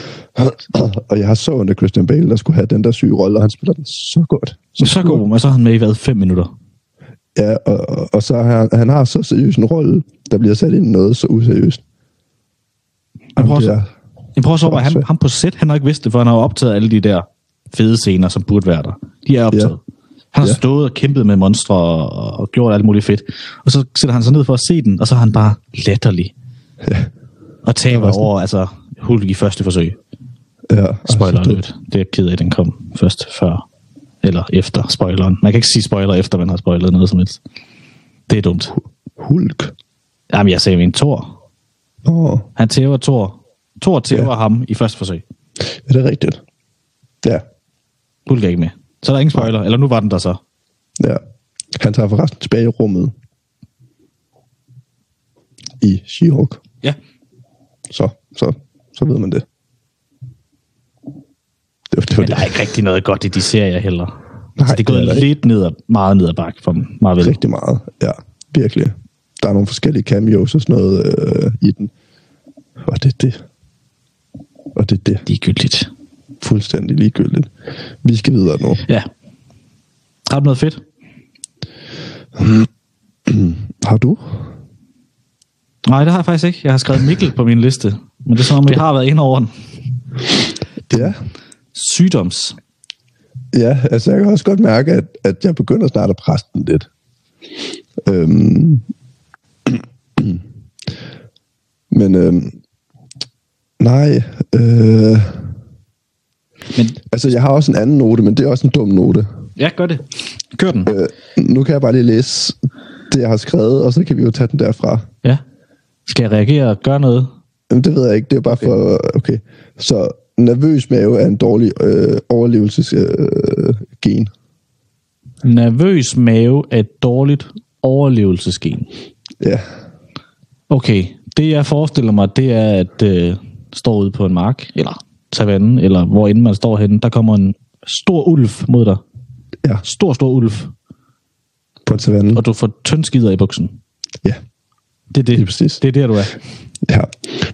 Speaker 2: og jeg har så under Christian Bale, der skulle have den der syge rolle, og han spiller den så godt.
Speaker 1: Så, så god, men så er han med i hvad, fem minutter.
Speaker 2: Ja, og, og, og så har han, han har så seriøs en rolle, der bliver sat ind i noget så useriøst.
Speaker 1: Jeg prøver,
Speaker 2: Jamen, det
Speaker 1: også,
Speaker 2: er-
Speaker 1: jeg prøver så over, at han,
Speaker 2: Åndssvagt.
Speaker 1: ham på set, han har ikke vidst det, for han har jo optaget alle de der fede scener, som burde være der. De er optaget. Han har
Speaker 2: Ja.
Speaker 1: stået og kæmpet med monstre og, og gjort alt muligt fedt. Og så sætter han sig ned for at se den, og så er han bare latterlig. Og taber over, altså, Hulk i første forsøg.
Speaker 2: Ja,
Speaker 1: Spoiler
Speaker 2: altså, det-
Speaker 1: alert. Det er jeg ked af, den kom først før eller efter spoileren. Man kan ikke sige spoiler efter, man har spoilet noget som helst. Det er dumt.
Speaker 2: Hulk.
Speaker 1: Jamen, jeg sagde min Thor.
Speaker 2: Åh,
Speaker 1: Han tæver Thor. Thor tæver
Speaker 2: Ja.
Speaker 1: ham i første forsøg.
Speaker 2: er det rigtigt? Ja,
Speaker 1: Hulk er ikke med. Så er der ingen spoiler. Eller nu var den der så.
Speaker 2: Ja. Han tager forresten tilbage i rummet. I She-Hulk.
Speaker 1: Ja.
Speaker 2: Så, så, så ved man det. Det var det. Var
Speaker 1: Men der
Speaker 2: det.
Speaker 1: er ikke rigtig noget godt i de serier heller. Nej,
Speaker 2: Nej,
Speaker 1: så det er
Speaker 2: det er
Speaker 1: gået
Speaker 2: der
Speaker 1: det lidt ned ad, meget ned ad bakke for Marvel.
Speaker 2: Rigtig meget. Ja, virkelig. Der er nogle forskellige cameos og sådan noget øh, i den. Og det er det. Og det er det.
Speaker 1: Det er gyldigt.
Speaker 2: Fuldstændig ligegyldigt. Vi skal videre nu.
Speaker 1: Ja. Har du noget fedt?
Speaker 2: Har du?
Speaker 1: Nej, det har jeg faktisk ikke. Jeg har skrevet Mikkel på min liste. Men det er som om, vi har været inde over den.
Speaker 2: Ja.
Speaker 1: Sygdoms.
Speaker 2: Ja, altså jeg kan også godt mærke, at, at jeg begynder snart at presse den lidt. Øhm. Men øhm. nej, øh.
Speaker 1: Men
Speaker 2: altså jeg har også en anden note, men det er også en dum note.
Speaker 1: ja, gør det. Kør den.
Speaker 2: Øh, nu kan jeg bare lige læse det, jeg har skrevet, og så kan vi jo tage den derfra.
Speaker 1: Ja. Skal jeg reagere og gøre noget?
Speaker 2: Jamen, det ved jeg ikke. Det er bare okay. for... Okay. Så nervøs mave er en dårlig øh, overlevelsesgen. Øh, gen.
Speaker 1: Nervøs mave er et dårligt overlevelsesgen.
Speaker 2: ja.
Speaker 1: Okay, det jeg forestiller mig, det er, at øh, står ude på en mark, eller savannen, eller hvor end man står henne, der kommer en stor ulv mod dig.
Speaker 2: Ja,
Speaker 1: Stor, stor ulv,
Speaker 2: på en savanne.
Speaker 1: og du får tyndskider i buksen.
Speaker 2: Ja,
Speaker 1: Det er det.
Speaker 2: Lige præcis.
Speaker 1: Det er der, du er.
Speaker 2: ja.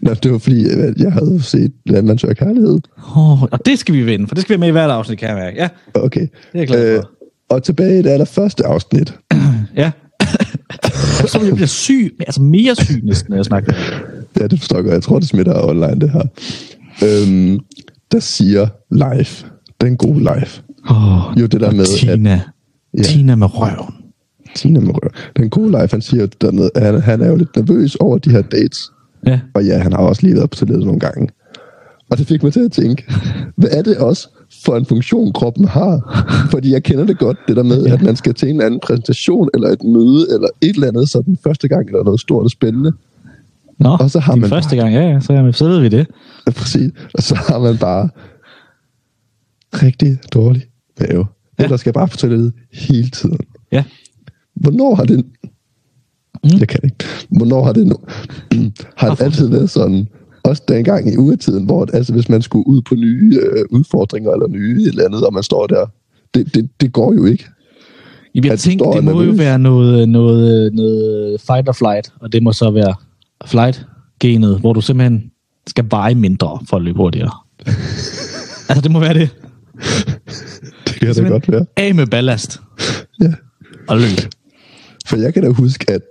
Speaker 2: Nå, det var fordi, at jeg havde set Landmand Søger Kærlighed.
Speaker 1: Oh, og det skal vi vinde, for det skal vi have med i hvert afsnit, kan jeg mærke. Ja,
Speaker 2: Okay. Øh,
Speaker 1: er jeg glad for.
Speaker 2: og tilbage i det allerførste afsnit.
Speaker 1: ja. Så jeg bliver syg, altså mere syg næsten, når jeg snakker.
Speaker 2: Ja, det forstår jeg godt. Jeg tror, det smitter online, det her. Øhm, der siger live. Den gode live.
Speaker 1: Oh,
Speaker 2: Jo, det der med, at-
Speaker 1: Tina. At, ja.
Speaker 2: Ja.
Speaker 1: Tina med røven.
Speaker 2: Tina Mørø. Den gode live, han siger, at dernede, at han, han er jo lidt nervøs over de her dates.
Speaker 1: Ja.
Speaker 2: Og ja, han har også lige været på toilettet nogle gange. Og det fik mig til at tænke, hvad er det også for en funktion, kroppen har? Fordi jeg kender det godt, det der med, at man skal til en eller anden præsentation, eller et møde, eller et eller andet, sådan første gang, eller noget stort og spændende.
Speaker 1: Nå,
Speaker 2: Og så har
Speaker 1: din
Speaker 2: man
Speaker 1: første gang, ja, ja, så, er jeg med, så ved vi det.
Speaker 2: Ja, Præcis. Og så har man bare rigtig dårlig mave.
Speaker 1: Ja.
Speaker 2: Ja. Eller skal bare på toilettet hele tiden.
Speaker 1: Ja.
Speaker 2: Hvornår har den...
Speaker 1: Mm.
Speaker 2: Mm. Jeg kan ikke. Hvornår har det nu... har det altid været sådan... Også dengang i uretiden, hvor altså, hvis man skulle ud på nye øh, udfordringer eller nye et eller andet, og man står der, det, det, det går jo ikke.
Speaker 1: Jamen, jeg
Speaker 2: At du
Speaker 1: tænkte,
Speaker 2: Altså, står
Speaker 1: det
Speaker 2: og er
Speaker 1: må jo
Speaker 2: nervøs.
Speaker 1: være noget, øh, noget, noget øh, fight or flight, og det må så være flight-genet, hvor du simpelthen skal veje mindre for at løbe hurtigere. altså, det må være det.
Speaker 2: Det kan da
Speaker 1: Simpelthen
Speaker 2: godt være.
Speaker 1: Af med ballast
Speaker 2: Ja.
Speaker 1: og løb.
Speaker 2: For jeg kan da huske, at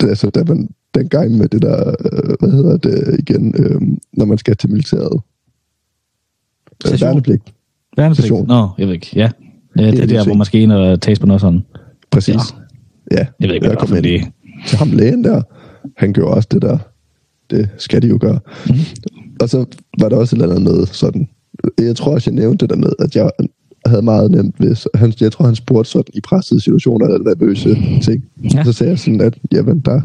Speaker 2: det, altså, da man dengang med det der, øh, hvad hedder det igen, øh, når man skal til militæret, Øh,
Speaker 1: Station.
Speaker 2: Værnepligt.
Speaker 1: Værnepligt.
Speaker 2: Station.
Speaker 1: Nå, jeg ved ikke. Ja. ja det er
Speaker 2: det,
Speaker 1: der,
Speaker 2: jeg
Speaker 1: hvor
Speaker 2: tænker.
Speaker 1: man skal ind og tages på noget sådan.
Speaker 2: Præcis. Ja. ja.
Speaker 1: Jeg ved ikke, hvad det var,
Speaker 2: ind
Speaker 1: men
Speaker 2: til ham lægen der. Han gjorde også det der. Det skal de jo gøre.
Speaker 1: Mhm.
Speaker 2: Mm. Og så var der også et eller andet med sådan. Jeg tror også, jeg nævnte det der med, at jeg havde meget nemt ved... Han, jeg tror, han spurgte sådan i pressede situationer eller nervøse ting.
Speaker 1: Ja.
Speaker 2: Ja. Så sagde jeg sådan, at jamen, der...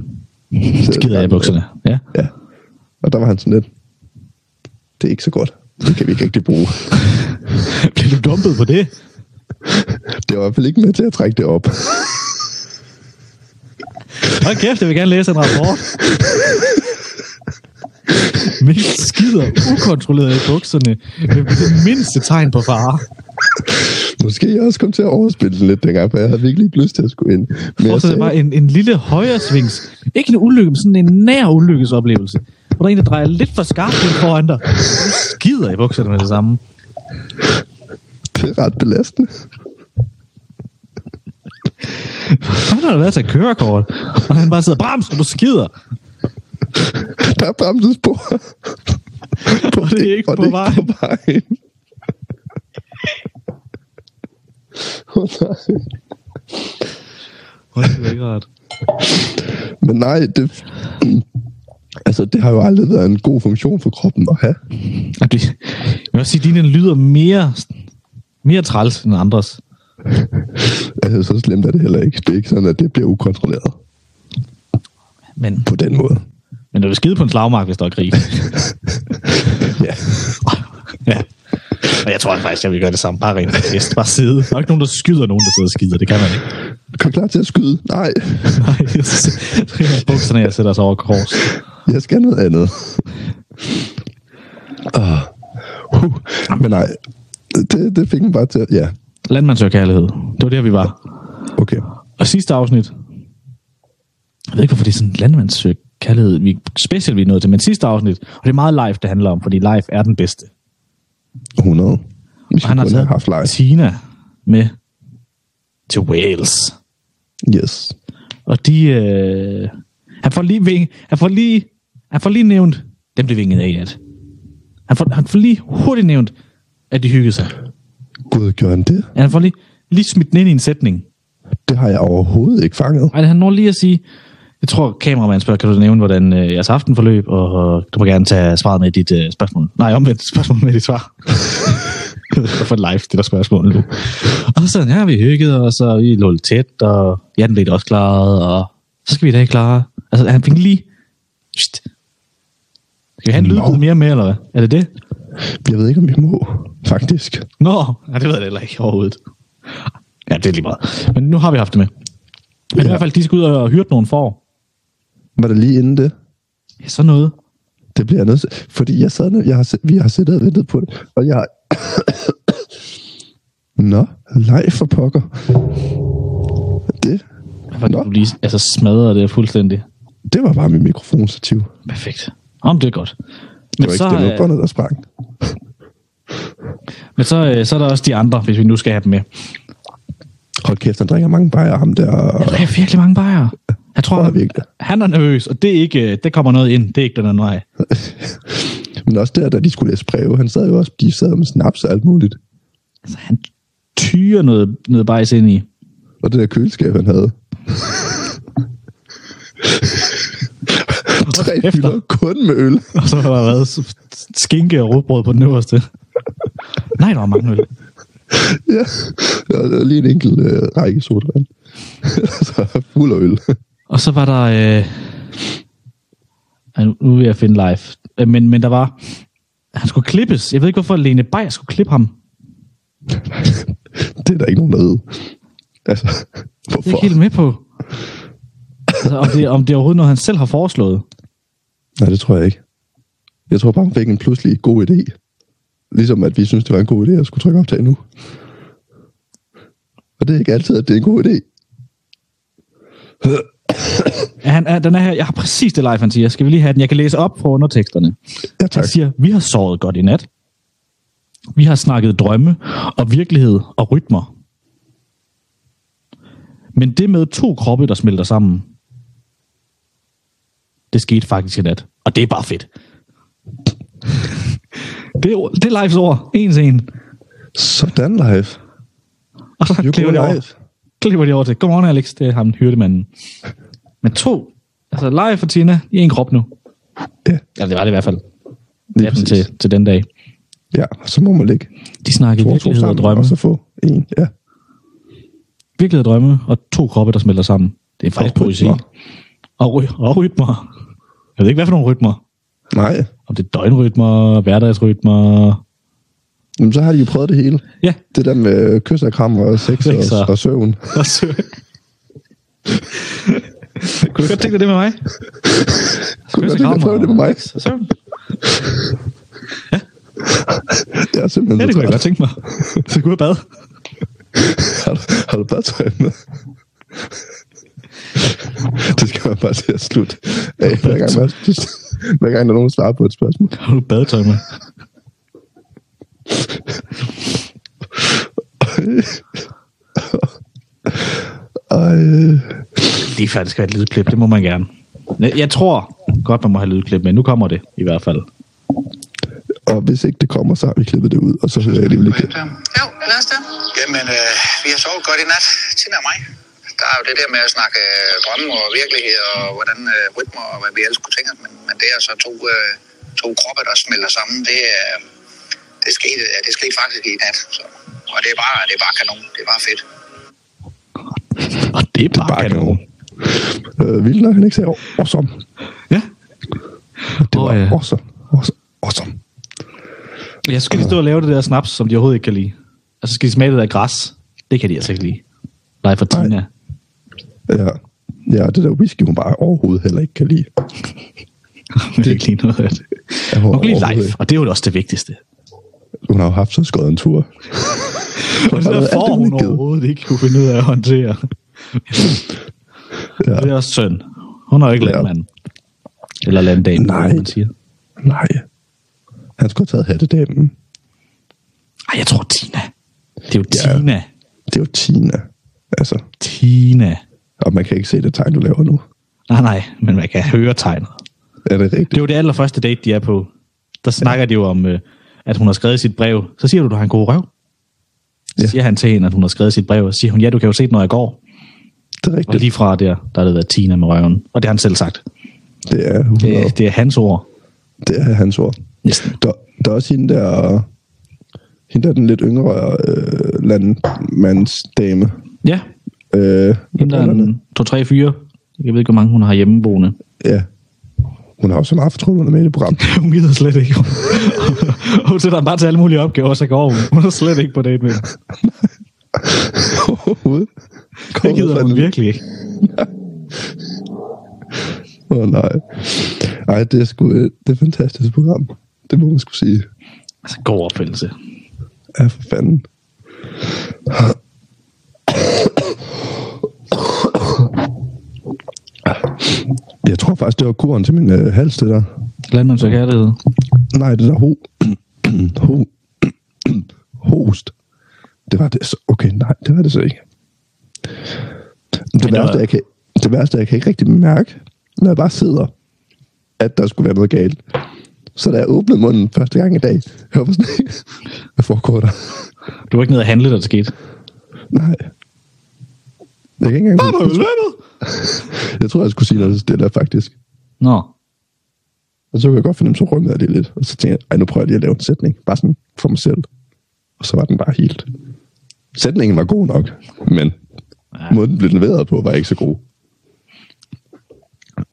Speaker 1: Skider jeg i bukserne. Ja.
Speaker 2: Ja. Og der var han sådan lidt... Det er ikke så godt. Det kan vi ikke rigtig bruge.
Speaker 1: Bliver du dumpet på det?
Speaker 2: Det var i hvert fald ikke med til at trække det op.
Speaker 1: Hold kæft, jeg vil gerne læse en rapport. Men skider ukontrolleret i bukserne med det mindste tegn på fare.
Speaker 2: Måske jeg også kom til at overspille den lidt dengang, for jeg havde virkelig ikke lyst til at skulle ind. Men
Speaker 1: Prøv
Speaker 2: jeg
Speaker 1: at det
Speaker 2: sagde,
Speaker 1: bare en, en lille højresvings. Ikke en ulykke, men sådan en nær ulykkesoplevelse. Hvor der er en, der drejer lidt for skarpt ind foran dig. Du skider i bukserne med det samme.
Speaker 2: det er ret belastende.
Speaker 1: Hvordan har du været til at køre kort? Og han bare sidder, brems, og du skider.
Speaker 2: Der er bremsespor. på
Speaker 1: Og det er ikke
Speaker 2: og
Speaker 1: på
Speaker 2: det er ikke på vejen. Åh, nej.
Speaker 1: Hold det er ikke rart.
Speaker 2: Men nej, det, altså, det har jo aldrig været en god funktion for kroppen at have.
Speaker 1: Og det- Jeg vil også sige, at din lyder mere, mere træls end andres.
Speaker 2: Altså, så slemt er det heller ikke. Det er ikke sådan, at det bliver ukontrolleret
Speaker 1: Men,
Speaker 2: på den måde.
Speaker 1: men du vil skide på en slagmark, hvis der er krig.
Speaker 2: Ja,
Speaker 1: ja. Og jeg tror faktisk, jeg vil gøre det samme. Bare rent fest. Bare sidde. Der er ikke nogen, der skyder nogen, der sidder og skider. Det kan man ikke.
Speaker 2: kom klar til at skyde. Nej,
Speaker 1: Nej, jeg sidder bukserne, jeg sætter sig over kors.
Speaker 2: Jeg skal noget andet. Uh, huh. Men nej, det, det fik mig bare til at... Ja,
Speaker 1: Landmandsøgerkærlighed. Det var der, vi var.
Speaker 2: okay.
Speaker 1: Og sidste afsnit. Jeg ved ikke, hvorfor det er sådan landmandsøgerkærlighed, vi specielt vi er nået til, men sidste afsnit. Og det er meget live, det handler om, fordi live er den bedste.
Speaker 2: 100. Vi
Speaker 1: Og han
Speaker 2: skulle
Speaker 1: har
Speaker 2: kun have haft
Speaker 1: taget
Speaker 2: leg.
Speaker 1: Tina med til Wales.
Speaker 2: Yes.
Speaker 1: Og de... Øh, han, får lige ving, han, får lige, han får lige nævnt, dem blev vinget af i nat. Han får, han får lige hurtigt nævnt, at de hyggede sig.
Speaker 2: Gud, gjorde han det?
Speaker 1: Han får lige, lige smidt den ind i en sætning.
Speaker 2: Det har jeg overhovedet ikke fanget.
Speaker 1: Ej, han når lige at sige, jeg tror, kameramanden spørger, kan du nævne, hvordan øh, jeres aften forløb, og øh, du må gerne tage svaret med i dit øh, spørgsmål. Nej, omvendt spørgsmål med dit svar. for live, det der spørgsmål nu. Og så her vi hygget, og så vi lå lidt tæt, og ja, den blev det også klaret, og så skal vi i dag klare. Altså, han fik lige... Pst. Skal vi have en
Speaker 2: Nå.
Speaker 1: lydbid mere med, eller hvad? Er det det?
Speaker 2: Jeg ved ikke, om vi må, faktisk.
Speaker 1: Nå, ja, det ved jeg da heller ikke overhovedet. Ja, det er lige meget. Men nu har vi haft det med. Men ja. i
Speaker 2: Ja.
Speaker 1: hvert fald, de skal ud og hyrte nogle får.
Speaker 2: Var det lige inden det?
Speaker 1: Ja, sådan noget.
Speaker 2: Det bliver jeg nødt til. Fordi jeg sad, nu- jeg har, si- vi har siddet og ventet på det, og jeg har... Nå, live for pokker. Det,
Speaker 1: Fordi
Speaker 2: Nå.
Speaker 1: du lige altså, smadrer det fuldstændig.
Speaker 2: det var bare mit mikrofonstativ.
Speaker 1: Perfekt. Om det er godt.
Speaker 2: Det
Speaker 1: Men
Speaker 2: var
Speaker 1: så,
Speaker 2: ikke det, det var
Speaker 1: øh,
Speaker 2: båndet, der sprang.
Speaker 1: men så, øh, så er der også de andre, hvis vi nu skal have dem med.
Speaker 2: Hold kæft, han drikker mange bajer, ham der.
Speaker 1: Der er virkelig mange bajere. Jeg tror,
Speaker 2: Tror jeg
Speaker 1: han,
Speaker 2: virkelig.
Speaker 1: han er nervøs, og det, er ikke, øh, det kommer noget ind. Det er ikke den anden vej.
Speaker 2: Men også der, da de skulle læse breve, han sad jo også, de sad med snaps og alt muligt.
Speaker 1: Altså, han tyrer noget, noget bajs ind i.
Speaker 2: Og det der køleskab, han havde. Tre
Speaker 1: Efter.
Speaker 2: hylder kun med øl.
Speaker 1: Og så har der været s- skinke og rugbrød på den øverste. Nej, der var mange øl.
Speaker 2: ja, og der var lige en enkelt øh, række sodavand. så fuld af øl.
Speaker 1: Og så var der... Øh... Ej, nu- Nu vil jeg finde live. Øh, Men, men der var... Han skulle klippes. Jeg ved ikke, hvorfor Lene Beyer skulle klippe ham.
Speaker 2: det er der ikke nogen, der ved. Altså,
Speaker 1: Det er jeg
Speaker 2: hvorfor?
Speaker 1: ikke helt med på. Altså, om, det, om det er overhovedet noget, han selv har foreslået.
Speaker 2: Nej, det tror jeg ikke. Jeg tror bare, hun fik en pludselig god idé. Ligesom at vi synes, det var en god idé at skulle trykke optag nu. Og det er ikke altid, at det er en god idé.
Speaker 1: Ja, Han er, den er her. Jeg har præcis det live, han siger. Skal vi lige have den? Jeg kan læse op på underteksterne.
Speaker 2: Ja,
Speaker 1: Han
Speaker 2: tak.
Speaker 1: siger, vi har sovet godt i nat. Vi har snakket drømme og virkelighed og rytmer. Men det med to kroppe, der smelter sammen, det skete faktisk i nat. Og det er bare fedt. Det er, det er lives ord. En til en.
Speaker 2: Sådan, live.
Speaker 1: Og så
Speaker 2: You
Speaker 1: klipper
Speaker 2: go
Speaker 1: de over,
Speaker 2: live.
Speaker 1: klipper de over til, godmorgen Alex, det er ham, hyrdemanden. Men to, altså live for Tina, i en krop nu.
Speaker 2: Ja.
Speaker 1: Eller det var det i hvert fald.
Speaker 2: Lige
Speaker 1: Natten
Speaker 2: præcis.
Speaker 1: til, til den dag.
Speaker 2: Ja, og så må man ligge
Speaker 1: De snakkede
Speaker 2: to og to
Speaker 1: virkelighed og
Speaker 2: sammen,
Speaker 1: drømme.
Speaker 2: og så få en. Ja.
Speaker 1: Virkelighed og drømme, og to kroppe, der smelter sammen. Det er faktisk
Speaker 2: Og
Speaker 1: poesi.
Speaker 2: rytmer.
Speaker 1: Og, ry- og rytmer. Jeg ved ikke, hvad for nogle rytmer.
Speaker 2: Nej,
Speaker 1: Om det er døgnrytmer, hverdagsrytmer.
Speaker 2: Jamen, så har de jo prøvet det hele.
Speaker 1: Ja,
Speaker 2: Det der med kys og kram og sex
Speaker 1: Sexer.
Speaker 2: og, og søvn.
Speaker 1: og sø. Kunne du godt tænke dig det med mig?
Speaker 2: Kunne du godt tænke dig at prøve det med mig?
Speaker 1: Søvn.
Speaker 2: Jeg er simpelthen
Speaker 1: Ja, det
Speaker 2: så
Speaker 1: kunne jeg godt
Speaker 2: træt.
Speaker 1: tænke mig. Så kunne jeg bade.
Speaker 2: Har du, har du badtøj med? det skal man bare til at slutte. af, Hver gang, man, hver gang der er nogen, der svarer på et spørgsmål.
Speaker 1: Har du badetøj med?
Speaker 2: Og, øh,
Speaker 1: Det er faktisk et lydklip, det må man gerne. Jeg- Jeg tror godt, man må have lydklip, men nu kommer det i hvert fald.
Speaker 2: og hvis ikke det kommer, så har vi klippet det ud, og så hører jeg alligevel ikke det.
Speaker 3: Tom? Jo, lad os det. Jamen, øh, vi har sovet godt i nat. Tina og mig. Der er jo det der med at snakke øh, drømme og virkelighed og hvordan øh, rytmer og hvad vi ellers kunne tænke os. Men, men det er så to, øh, to kroppe, der smelter sammen. Det, øh, det, skete, ja, det skete faktisk i nat. Så. Og det er, bare, det er bare kanon. Det er bare fedt.
Speaker 1: Og det er bare, det er bare kanon.
Speaker 2: Øh, vildt nok, han ikke sagde, awesome.
Speaker 1: Ja.
Speaker 2: Det var
Speaker 1: Åh, ja.
Speaker 2: awesome. Awesome. awesome.
Speaker 1: Jeg skal lige stå og lave det der snaps, som de overhovedet ikke kan lide. Og så skal de smage det der græs. Det kan de altså ikke lide. Nej, for
Speaker 2: Nej.
Speaker 1: Tina.
Speaker 2: Ja. ja, det der whisky, hun bare overhovedet heller ikke kan lide.
Speaker 1: Det er ikke lige noget af det.
Speaker 2: Ja, hun
Speaker 1: Hun kan lide
Speaker 2: overhovedet
Speaker 1: live,
Speaker 2: ikke.
Speaker 1: og det er jo også det vigtigste.
Speaker 2: Hun har jo haft så skåret en tur.
Speaker 1: Og det
Speaker 2: Har du
Speaker 1: der
Speaker 2: alt
Speaker 1: får
Speaker 2: det, hun
Speaker 1: hun
Speaker 2: har givet?
Speaker 1: overhovedet ikke kunne finde ud af at håndtere. ja. Det er også søn. Hun er jo ikke
Speaker 2: Ja.
Speaker 1: landmand. Eller landdame,
Speaker 2: Nej.
Speaker 1: Nej. man siger.
Speaker 2: Nej. Han skulle have taget hattedamen.
Speaker 1: Ej, jeg tror Tina. Det er jo
Speaker 2: Ja.
Speaker 1: Tina.
Speaker 2: Det er jo Tina. Altså,
Speaker 1: Tina.
Speaker 2: og man kan ikke se det tegn, du laver nu.
Speaker 1: Nej, nej, men man kan høre tegnet.
Speaker 2: Er det rigtigt?
Speaker 1: Det er jo det allerførste date, de er på. Der snakker ja. de jo om, øh, at hun har skrevet sit brev. Så siger du, du har en god røv. Så
Speaker 2: Ja.
Speaker 1: siger han til hende, at hun har skrevet sit brev, og siger hun, ja, du kan jo se det, når jeg går.
Speaker 2: Det er
Speaker 1: Og
Speaker 2: rigtigt.
Speaker 1: lige fra der, der har det været Tina med røven. Og det har han selv sagt.
Speaker 2: Det er 100.
Speaker 1: Det, det er hans ord.
Speaker 2: Det er hans ord.
Speaker 1: Næsten.
Speaker 2: Der, der er også hende der, hende der den lidt yngre øh, landmandsdame.
Speaker 1: Ja,
Speaker 2: Øh, med
Speaker 1: hende der er
Speaker 2: brillerne.
Speaker 1: en to, tre, fire. Jeg ved ikke, hvor mange hun har hjemmeboende.
Speaker 2: Ja. Hun har jo så meget fortroligt med i det program.
Speaker 1: hun gider slet ikke. og hun sætter ham bare til alle mulige opgaver, så går hun. Hun er slet ikke på date med. ham.
Speaker 2: Overhovedet.
Speaker 1: Det gider hun virkelig ikke.
Speaker 2: Åh oh, nej. Ej, det er sgu, øh, det er et fantastisk program. Det må man skulle sige.
Speaker 1: Altså, god opfældelse.
Speaker 2: Ja, for fanden. Jeg tror faktisk, det var kuren til min øh, hals, det der.
Speaker 1: Landmands og kærlighed.
Speaker 2: Nej, det der ho... ho... host. Det var det så... Okay, nej, det var det så ikke. Det
Speaker 1: Men der-
Speaker 2: værste, jeg kan, det værste, jeg kan ikke rigtig mærke, når jeg bare sidder, at der skulle være noget galt. Så da jeg åbnede munden første gang i dag, jeg var sådan, hvad foregår der?
Speaker 1: Du var ikke nede at handle, da det skete.
Speaker 2: Nej. Jeg kan ikke engang... huske- Jeg tror, jeg skulle sige noget stille, faktisk.
Speaker 1: Nå,
Speaker 2: Og så kunne jeg godt fornemme, så rymmede jeg lige lidt. Og så tænkte jeg, ej, nu prøver jeg lige at lave en sætning. Bare sådan for mig selv. Og så var den bare helt. Sætningen var god nok, men
Speaker 1: Ja.
Speaker 2: ja. måden den blev leveret på, var ikke så god.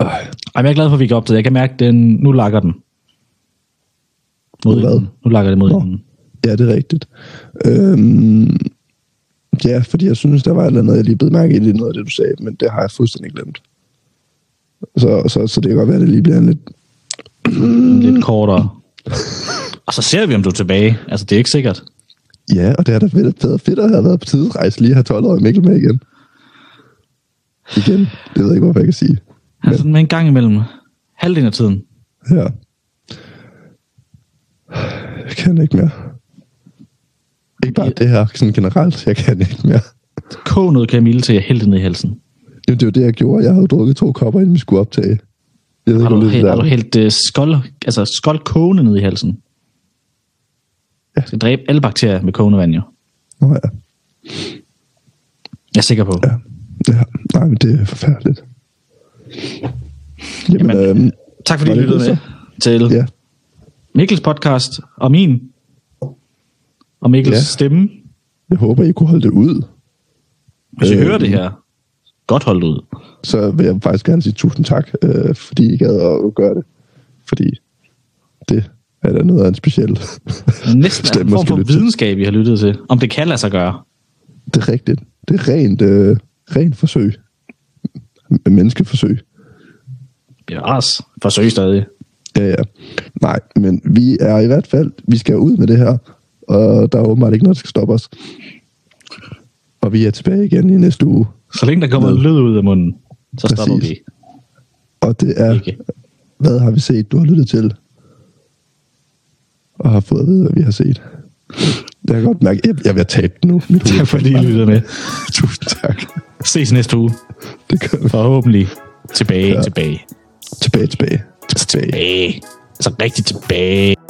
Speaker 2: Øh,
Speaker 1: Ej, men jeg er glad for, at vi ikke optaget. Jeg kan mærke, at den, nu lakker den. Mod
Speaker 2: Nu hvad?
Speaker 1: inden. Nu lakker det mod
Speaker 2: Nå.
Speaker 1: inden.
Speaker 2: ja, det er rigtigt. Øhm, ja, fordi jeg synes, der var et eller andet, jeg lige blev mærke i lidt noget af det, du sagde, men det har jeg fuldstændig glemt. Så, så, så det kan godt være, at det lige bliver en lidt...
Speaker 1: Lidt kortere. Og så ser vi, om du er tilbage. Altså, det er ikke sikkert.
Speaker 2: Ja, og det er da fedt, fedt, fedt at have været på tidsrejse lige at have 12 år Mikkel med igen. Igen, det ved jeg ikke, hvorfor jeg kan sige.
Speaker 1: Han er Altså, sådan med en gang imellem. Halvdelen af tiden.
Speaker 2: Ja. Jeg kan ikke mere. Ikke bare det her, sådan generelt. Jeg kan ikke mere.
Speaker 1: Kog noget kamille til, jeg hælder det ned i halsen.
Speaker 2: Jamen, det var det, jeg gjorde. Jeg havde drukket to kopper, inden vi skulle optage. Jeg ved
Speaker 1: Har
Speaker 2: ikke,
Speaker 1: du,
Speaker 2: om det
Speaker 1: hæ-
Speaker 2: er
Speaker 1: har du
Speaker 2: der.
Speaker 1: hældt øh, skold, altså skold kogende ned i halsen? Ja. Skal dræbe alle bakterier med kogende vand, jo.
Speaker 2: Nå, ja.
Speaker 1: Jeg er sikker på. Ja.
Speaker 2: ja. ja. Nej, men det er forfærdeligt. Jamen,
Speaker 1: Jamen,
Speaker 2: Jamen øhm,
Speaker 1: Tak fordi
Speaker 2: var
Speaker 1: du
Speaker 2: det
Speaker 1: lyttede med
Speaker 2: det
Speaker 1: til
Speaker 2: ja.
Speaker 1: Mikkels podcast og min. Og Mikkels ja.
Speaker 2: Ja.
Speaker 1: stemme.
Speaker 2: Jeg håber, I kunne holde det ud.
Speaker 1: Hvis øh, I
Speaker 2: Øh,
Speaker 1: hører det her, godt holdt ud.
Speaker 2: så vil jeg faktisk gerne sige tusind tak, øh, fordi I gad at gøre det. Fordi det er da noget af en speciel.
Speaker 1: Næsten er en
Speaker 2: stemme,
Speaker 1: form
Speaker 2: man skal
Speaker 1: for
Speaker 2: lytte til.
Speaker 1: videnskab, vi har lyttet til. Om det kan lade sig gøre.
Speaker 2: Det er rigtigt. Det er rent, øh, rent forsøg. M- Menneskeforsøg.
Speaker 1: Bevares. Forsøg stadig.
Speaker 2: Ja, ja. Nej, men vi er i hvert fald, vi skal ud med det her, og der er åbenbart ikke noget, der skal stoppe os. Og vi er tilbage igen i næste uge,
Speaker 1: Så længe der kommer
Speaker 2: Med.
Speaker 1: lyd ud af munden, så
Speaker 2: Præcis.
Speaker 1: stopper vi
Speaker 2: og det er,
Speaker 1: ikke.
Speaker 2: hvad har vi set, du har lyttet til? Og har fået at vide, hvad vi har set. Jeg kan godt mærke, jeg, jeg vil have tabt nu. Mit hoved.
Speaker 1: Tak fordi I lyttede med.
Speaker 2: Tusind tak.
Speaker 1: Ses næste uge.
Speaker 2: Det gør vi.
Speaker 1: Forhåbentlig tilbage, ja.
Speaker 2: Ja.
Speaker 1: tilbage,
Speaker 2: Tilbage, tilbage. Tilbage.
Speaker 1: tilbage. Altså rigtig tilbage.